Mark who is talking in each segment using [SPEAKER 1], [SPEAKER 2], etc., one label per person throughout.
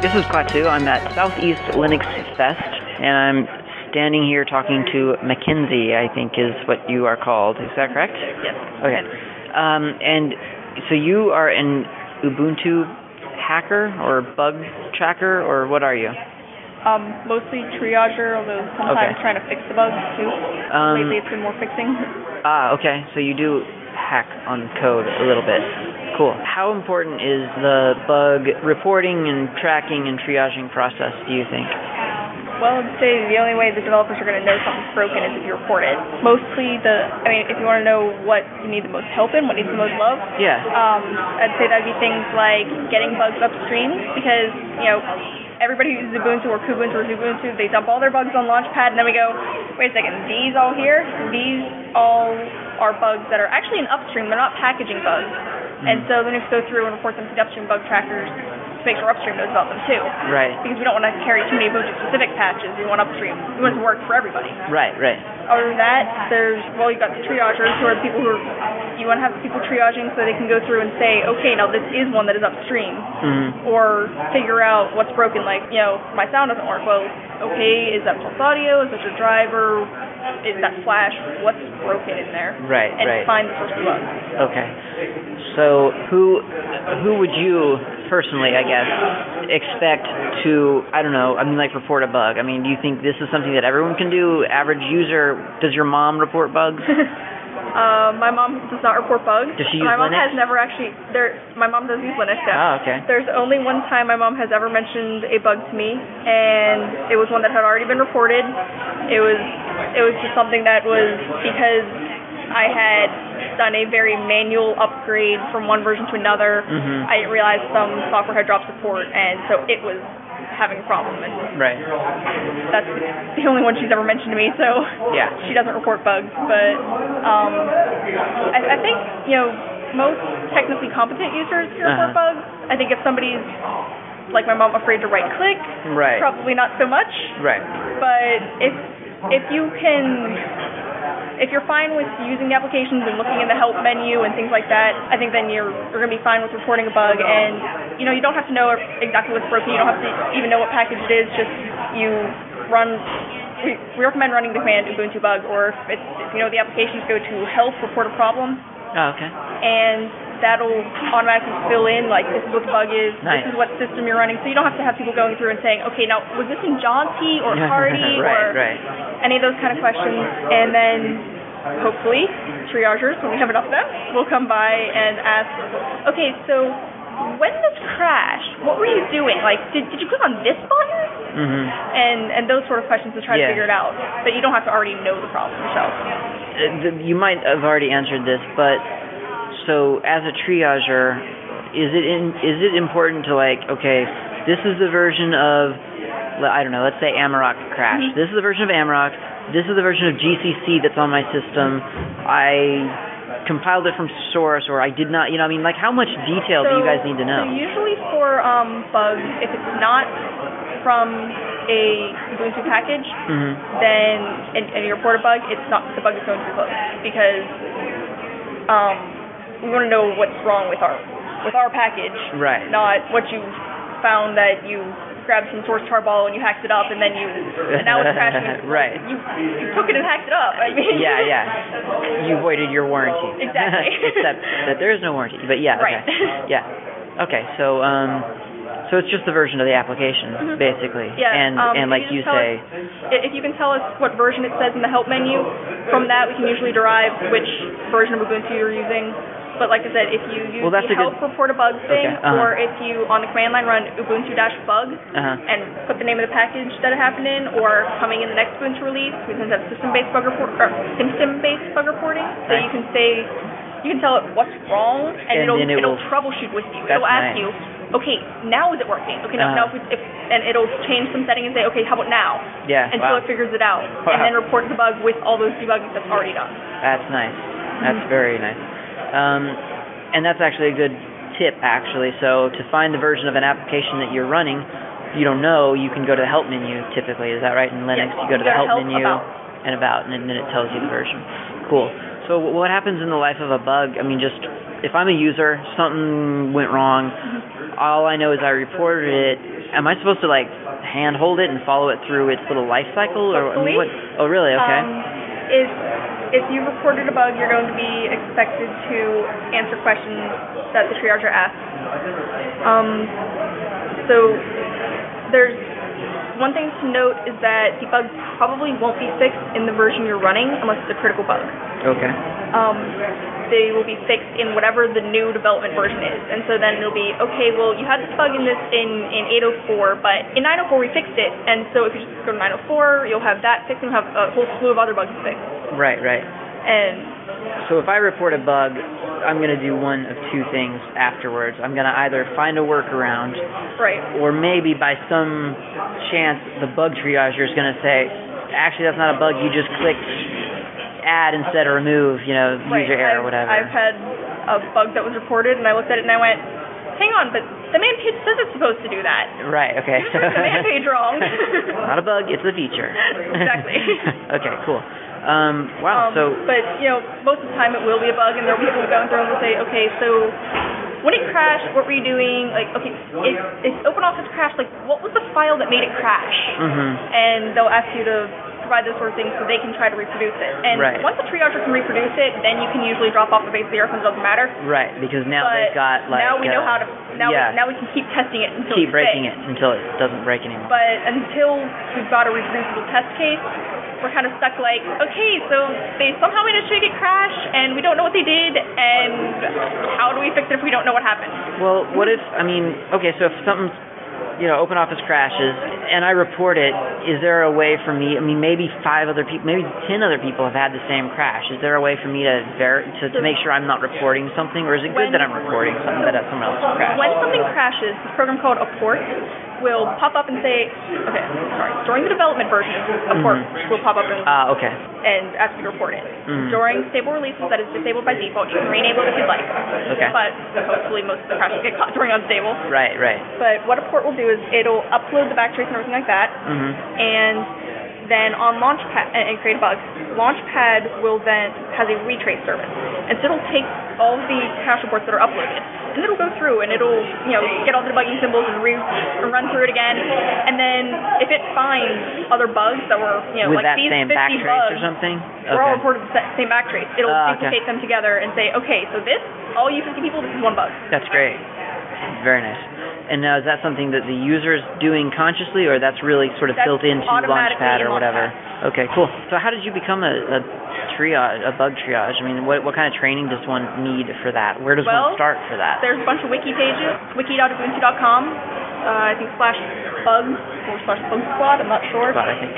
[SPEAKER 1] This is Patu. I'm at Southeast Linux Fest, and I'm standing here talking to Mackenzie, I think is what you are called. Is that correct?
[SPEAKER 2] Yes.
[SPEAKER 1] Okay. Um, and so you are an Ubuntu hacker or bug tracker, or what are you?
[SPEAKER 2] Um, mostly triager, although sometimes
[SPEAKER 1] Okay.
[SPEAKER 2] trying to fix the bugs too.
[SPEAKER 1] Um,
[SPEAKER 2] Lately, it's been more fixing.
[SPEAKER 1] Ah, okay. So you do hack on code a little bit. Cool. How important is the bug reporting and tracking and triaging process, do you think?
[SPEAKER 2] Well, I'd say the only way the developers are going to know something's broken is if you report it. Mostly the, I mean, if you want to know what you need the most help in, what needs the most love,
[SPEAKER 1] Yeah.
[SPEAKER 2] um, I'd say that'd be things like getting bugs upstream because, you know, everybody who uses Ubuntu or Kubuntu or Zubuntu, they dump all their bugs on Launchpad and then we go, wait a second, these all here, these all are bugs that are actually in upstream, they're not packaging bugs. And so then we have to go through and report them to the upstream bug trackers to make sure upstream knows about them too.
[SPEAKER 1] Right.
[SPEAKER 2] Because we don't want to carry too many Ubuntu specific patches, we want upstream. We want it to work for everybody.
[SPEAKER 1] Right, right.
[SPEAKER 2] Other than that, there's well, you got the triagers who are people who are, you want to have people triaging so they can go through and say, okay, now this is one that is upstream,
[SPEAKER 1] Mhm.
[SPEAKER 2] or figure out what's broken. Like, you know, my sound doesn't work. Well, okay, is that pulse audio? Is that your driver? Is that flash? What's broken in there?
[SPEAKER 1] Right,
[SPEAKER 2] And
[SPEAKER 1] right.
[SPEAKER 2] find the source of the bug.
[SPEAKER 1] Okay. So who who would you personally, I guess, expect to I don't know, I mean like report a bug? I mean, do you think this is something that everyone can do? Average user, does your mom report bugs?
[SPEAKER 2] Uh, my mom does not report bugs.
[SPEAKER 1] Does she use
[SPEAKER 2] my mom
[SPEAKER 1] Linux?
[SPEAKER 2] has never actually. There, my mom does use Linux. Yeah.
[SPEAKER 1] Ah, okay.
[SPEAKER 2] There's only one time my mom has ever mentioned a bug to me, and it was one that had already been reported. It was it was just something that was because I had done a very manual upgrade from one version to another.
[SPEAKER 1] Mhm.
[SPEAKER 2] I didn't realize some software had dropped support, and so it was having a problem. And
[SPEAKER 1] Right.
[SPEAKER 2] that's the only one she's ever mentioned to me. So
[SPEAKER 1] Yeah.
[SPEAKER 2] she doesn't report bugs, but um, I, I think you know most technically competent users who report
[SPEAKER 1] Uh-huh.
[SPEAKER 2] bugs. I think if somebody's like my mom, afraid to right click,
[SPEAKER 1] Right.
[SPEAKER 2] probably not so much.
[SPEAKER 1] Right.
[SPEAKER 2] But if if you can, if you're fine with using the applications and looking in the help menu and things like that, I think then you're you're gonna be fine with reporting a bug. And you know you don't have to know exactly what's broken. You don't have to even know what package it is. Just you run. We, we recommend running the command Ubuntu bug, or if, it's, if you know the applications, go to help, report a problem,
[SPEAKER 1] Oh, okay.
[SPEAKER 2] and that'll automatically fill in like this is what the bug is,
[SPEAKER 1] Nice.
[SPEAKER 2] this is what system you're running. So you don't have to have people going through and saying, okay, now was this in jaunty or hardy
[SPEAKER 1] right,
[SPEAKER 2] or
[SPEAKER 1] right.
[SPEAKER 2] any of those kind of questions. And then hopefully triagers, when we have enough of them, will come by and ask, okay, so when this crashed, what were you doing? Like, did, did you click on this button?
[SPEAKER 1] Mhm.
[SPEAKER 2] And and those sort of questions to try
[SPEAKER 1] Yeah.
[SPEAKER 2] to figure it out. But you don't have to already know the problem yourself.
[SPEAKER 1] Uh, th- you might have already answered this, but so as a triager, is it in, is it important to like okay, this is the version of le- I don't know, let's say Amarok crashed.
[SPEAKER 2] Mm-hmm.
[SPEAKER 1] This is the version of Amarok. This is the version of GCC that's on my system. I compiled it from source, or I did not. You know, I mean, like how much detail do you guys need to
[SPEAKER 2] So
[SPEAKER 1] know?
[SPEAKER 2] usually for um, bugs, if it's not from a Ubuntu package,
[SPEAKER 1] hmm
[SPEAKER 2] then and, and you report a bug, it's not the bug is going to be closed because um, we want to know what's wrong with our with our package,
[SPEAKER 1] Right.
[SPEAKER 2] not what you found that you grabbed some source tarball and you hacked it up and then you and now it's crashing. It's like,
[SPEAKER 1] Right.
[SPEAKER 2] You, you took it and hacked it up. I mean.
[SPEAKER 1] Yeah, yeah. You voided your warranty.
[SPEAKER 2] Exactly.
[SPEAKER 1] Except that there is no warranty. But yeah,
[SPEAKER 2] Right.
[SPEAKER 1] okay. Yeah. Okay, so um so it's just the version of the application,
[SPEAKER 2] Mhm.
[SPEAKER 1] basically.
[SPEAKER 2] Yeah,
[SPEAKER 1] and
[SPEAKER 2] um,
[SPEAKER 1] and
[SPEAKER 2] if
[SPEAKER 1] like you
[SPEAKER 2] you, just tell
[SPEAKER 1] say
[SPEAKER 2] us- i- if you can tell us what version it says in the help menu, from that we can usually derive which version of Ubuntu you're using. But like I said, if you use
[SPEAKER 1] Well, that's
[SPEAKER 2] the
[SPEAKER 1] a good-
[SPEAKER 2] help report a bug thing,
[SPEAKER 1] Okay, uh-huh.
[SPEAKER 2] or if you on the command line run Ubuntu-bug
[SPEAKER 1] uh
[SPEAKER 2] and put the name of the package that it happened in, or coming in the next Ubuntu release, we tend to have system-based bug report or system-based bug reporting, so
[SPEAKER 1] Nice.
[SPEAKER 2] you can say you can tell it what's wrong, and,
[SPEAKER 1] And
[SPEAKER 2] it'll
[SPEAKER 1] then it
[SPEAKER 2] will
[SPEAKER 1] will-
[SPEAKER 2] troubleshoot with you.
[SPEAKER 1] That's
[SPEAKER 2] it'll ask
[SPEAKER 1] nice.
[SPEAKER 2] you, okay, now is it working? Okay,
[SPEAKER 1] Uh-huh.
[SPEAKER 2] now, now if, we, if and it'll change some setting and say, okay, how about now?
[SPEAKER 1] yeah.
[SPEAKER 2] until
[SPEAKER 1] wow. Uh-huh.
[SPEAKER 2] it figures it out, and
[SPEAKER 1] Wow.
[SPEAKER 2] then report the bug with all those debugging that's already done.
[SPEAKER 1] That's nice. That's
[SPEAKER 2] Mhm.
[SPEAKER 1] very nice. Um, and that's actually a good tip, actually. So to find the version of an application that you're running, you don't know, you can go to the help menu typically. Is that right? In Linux,
[SPEAKER 2] Yes,
[SPEAKER 1] you go to the
[SPEAKER 2] you go to
[SPEAKER 1] help,
[SPEAKER 2] help,
[SPEAKER 1] menu
[SPEAKER 2] about.
[SPEAKER 1] and about, and then it tells you the version. Cool. So wh- what happens in the life of a bug? I mean, just if I'm a user, something went wrong. all I know is I reported it. Am I supposed to like handhold it and follow it through its little life cycle, or I mean,
[SPEAKER 2] Hopefully.
[SPEAKER 1] what? Oh, really? Okay.
[SPEAKER 2] Um, if if you reported a bug, you're going to be expected to answer questions that the triager asks. Um, so there's one thing to note is that the bug probably won't be fixed in the version you're running unless it's a critical bug.
[SPEAKER 1] okay.
[SPEAKER 2] Um, they will be fixed in whatever the new development version is, and so then it'll be okay. Well, you had this bug in this in in 804, but in 904 we fixed it, and so if you just go to 904, you'll have that fixed, and you'll have a whole slew of other bugs fixed.
[SPEAKER 1] Right. Right.
[SPEAKER 2] And
[SPEAKER 1] So if I report a bug, I'm gonna do one of two things afterwards. I'm gonna either find a workaround,
[SPEAKER 2] right,
[SPEAKER 1] or maybe by some chance the bug triager is going to say, actually that's not a bug. You just clicked add instead of remove. You know,
[SPEAKER 2] right.
[SPEAKER 1] user error,
[SPEAKER 2] I've,
[SPEAKER 1] whatever.
[SPEAKER 2] I've had a bug that was reported, and I looked at it and I went, "Hang on, but the main page says it's supposed to do that."
[SPEAKER 1] right. Okay.
[SPEAKER 2] You just read the man page wrong.
[SPEAKER 1] not a bug. It's a feature.
[SPEAKER 2] Exactly.
[SPEAKER 1] okay. Cool. Um, wow.
[SPEAKER 2] Um,
[SPEAKER 1] so
[SPEAKER 2] but you know, most of the time it will be a bug, and there'll be people going through and they'll say, okay, so when it crashed, what were you doing? Like, okay, if, if OpenOffice crashed, like, what was the file that made it crash?
[SPEAKER 1] mhm.
[SPEAKER 2] And they'll ask you to provide those sort of things so they can try to reproduce it. And
[SPEAKER 1] Right.
[SPEAKER 2] once a triager can reproduce it, then you can usually drop off the base of the earth and it doesn't matter.
[SPEAKER 1] Right. Because now
[SPEAKER 2] but
[SPEAKER 1] they've got like
[SPEAKER 2] now we know
[SPEAKER 1] uh,
[SPEAKER 2] how to now
[SPEAKER 1] yeah,
[SPEAKER 2] we, now we can keep testing it until
[SPEAKER 1] keep
[SPEAKER 2] it's
[SPEAKER 1] breaking
[SPEAKER 2] fixed.
[SPEAKER 1] it until it doesn't break anymore.
[SPEAKER 2] But until we've got a reproducible test case, we're kind of stuck like, okay, so they somehow made a it crash, and we don't know what they did, and how do we fix it if we don't know what happened?
[SPEAKER 1] Well, what if I mean, okay, so if something, you know, open office crashes and I report it, is there a way for me? I mean, maybe five other people, maybe ten other people have had the same crash. Is there a way for me to ver- to, to make sure I'm not reporting something, or is it good
[SPEAKER 2] When-
[SPEAKER 1] that I'm reporting something that someone else crashed?
[SPEAKER 2] When something crashes, this program called a port will pop up and say, okay, sorry, during the development version, a port will pop up and,
[SPEAKER 1] Ah, okay.
[SPEAKER 2] and ask you to report it.
[SPEAKER 1] Mhm.
[SPEAKER 2] During stable releases, that is disabled by default. You can re-enable it if you'd like.
[SPEAKER 1] Okay.
[SPEAKER 2] But hopefully most of the crashes get caught during unstable.
[SPEAKER 1] Right, right.
[SPEAKER 2] But what a port will do is it'll upload the backtrace and everything like that,
[SPEAKER 1] Mhm.
[SPEAKER 2] and then on Launchpad and and create a bug. Launchpad will then has a retrace service, and so it'll take all the cache reports that are uploaded, and it'll go through and it'll you know get all the debugging symbols and re- and run through it again, and then if it finds other bugs that were you know
[SPEAKER 1] With
[SPEAKER 2] like
[SPEAKER 1] that
[SPEAKER 2] these
[SPEAKER 1] same
[SPEAKER 2] 50
[SPEAKER 1] backtrace
[SPEAKER 2] bugs
[SPEAKER 1] or something.
[SPEAKER 2] were all
[SPEAKER 1] Okay.
[SPEAKER 2] reported the sa- same backtrace, it'll
[SPEAKER 1] Ah, okay.
[SPEAKER 2] duplicate them together and say okay, so this all you 50 people this is one bug.
[SPEAKER 1] That's great. Very nice. And now is that something that the user is doing consciously, or that's really sort of
[SPEAKER 2] That's
[SPEAKER 1] built into
[SPEAKER 2] automatically
[SPEAKER 1] Launchpad
[SPEAKER 2] in
[SPEAKER 1] or whatever? Okay, cool. So how did you become a, a triage, a bug triage? I mean, what what kind of training does one need for that? Where does
[SPEAKER 2] Well,
[SPEAKER 1] one start for that?
[SPEAKER 2] There's a bunch of wiki pages, wiki.ubuntu.com, uh, I think slash bugs or slash bug squad, I'm not sure.
[SPEAKER 1] But I think.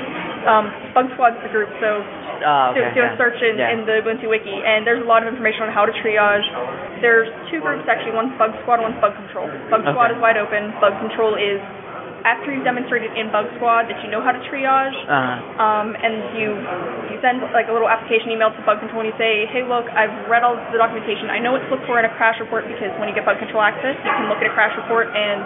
[SPEAKER 2] Um, bug squad's the group, so
[SPEAKER 1] Oh,
[SPEAKER 2] do,
[SPEAKER 1] okay.
[SPEAKER 2] do a
[SPEAKER 1] yeah.
[SPEAKER 2] search in,
[SPEAKER 1] yeah.
[SPEAKER 2] in the Ubuntu wiki, and there's a lot of information on how to triage. There's two groups actually, one's bug squad, one's bug control. Bug squad
[SPEAKER 1] Okay.
[SPEAKER 2] is wide open, bug control is after you've demonstrated in bug squad that you know how to triage,
[SPEAKER 1] Uh,
[SPEAKER 2] um, and you you send like a little application email to bug control and you say, hey, look, I've read all the documentation. I know what to look for in a crash report because when you get bug control access, you can look at a crash report and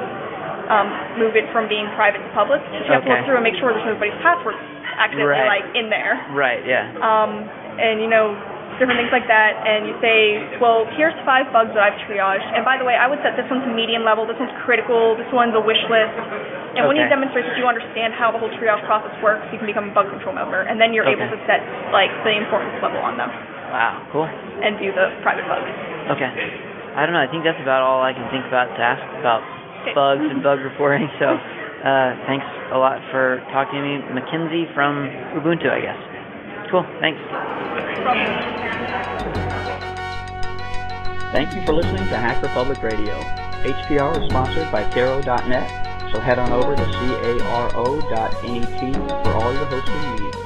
[SPEAKER 2] um, move it from being private to public. But you have to
[SPEAKER 1] Okay.
[SPEAKER 2] look through and make sure there's nobody's password accidentally
[SPEAKER 1] Right.
[SPEAKER 2] like in there
[SPEAKER 1] right. Yeah.
[SPEAKER 2] um, and you know different things like that. And you say, well, here's five bugs that I've triaged. And by the way, I would set this one to medium level. This one's critical. This one's a wish list. And when you
[SPEAKER 1] Okay.
[SPEAKER 2] demonstrate that you understand how the whole triage process works, you can become a bug control member, and then you're able
[SPEAKER 1] Okay.
[SPEAKER 2] to set like the importance level on them
[SPEAKER 1] Wow. Cool.
[SPEAKER 2] and do the private bugs.
[SPEAKER 1] Okay. I don't know. I think that's about all I can think about to ask about
[SPEAKER 2] Okay.
[SPEAKER 1] bugs and bug reporting. So, uh, thanks a lot for talking to me, Mackenzie from Ubuntu, I guess. Cool. Thanks.
[SPEAKER 3] Thank you for listening to Hack Republic Radio. HPR is sponsored by Caro.net, so head on over to caro.net for E all your hosting needs.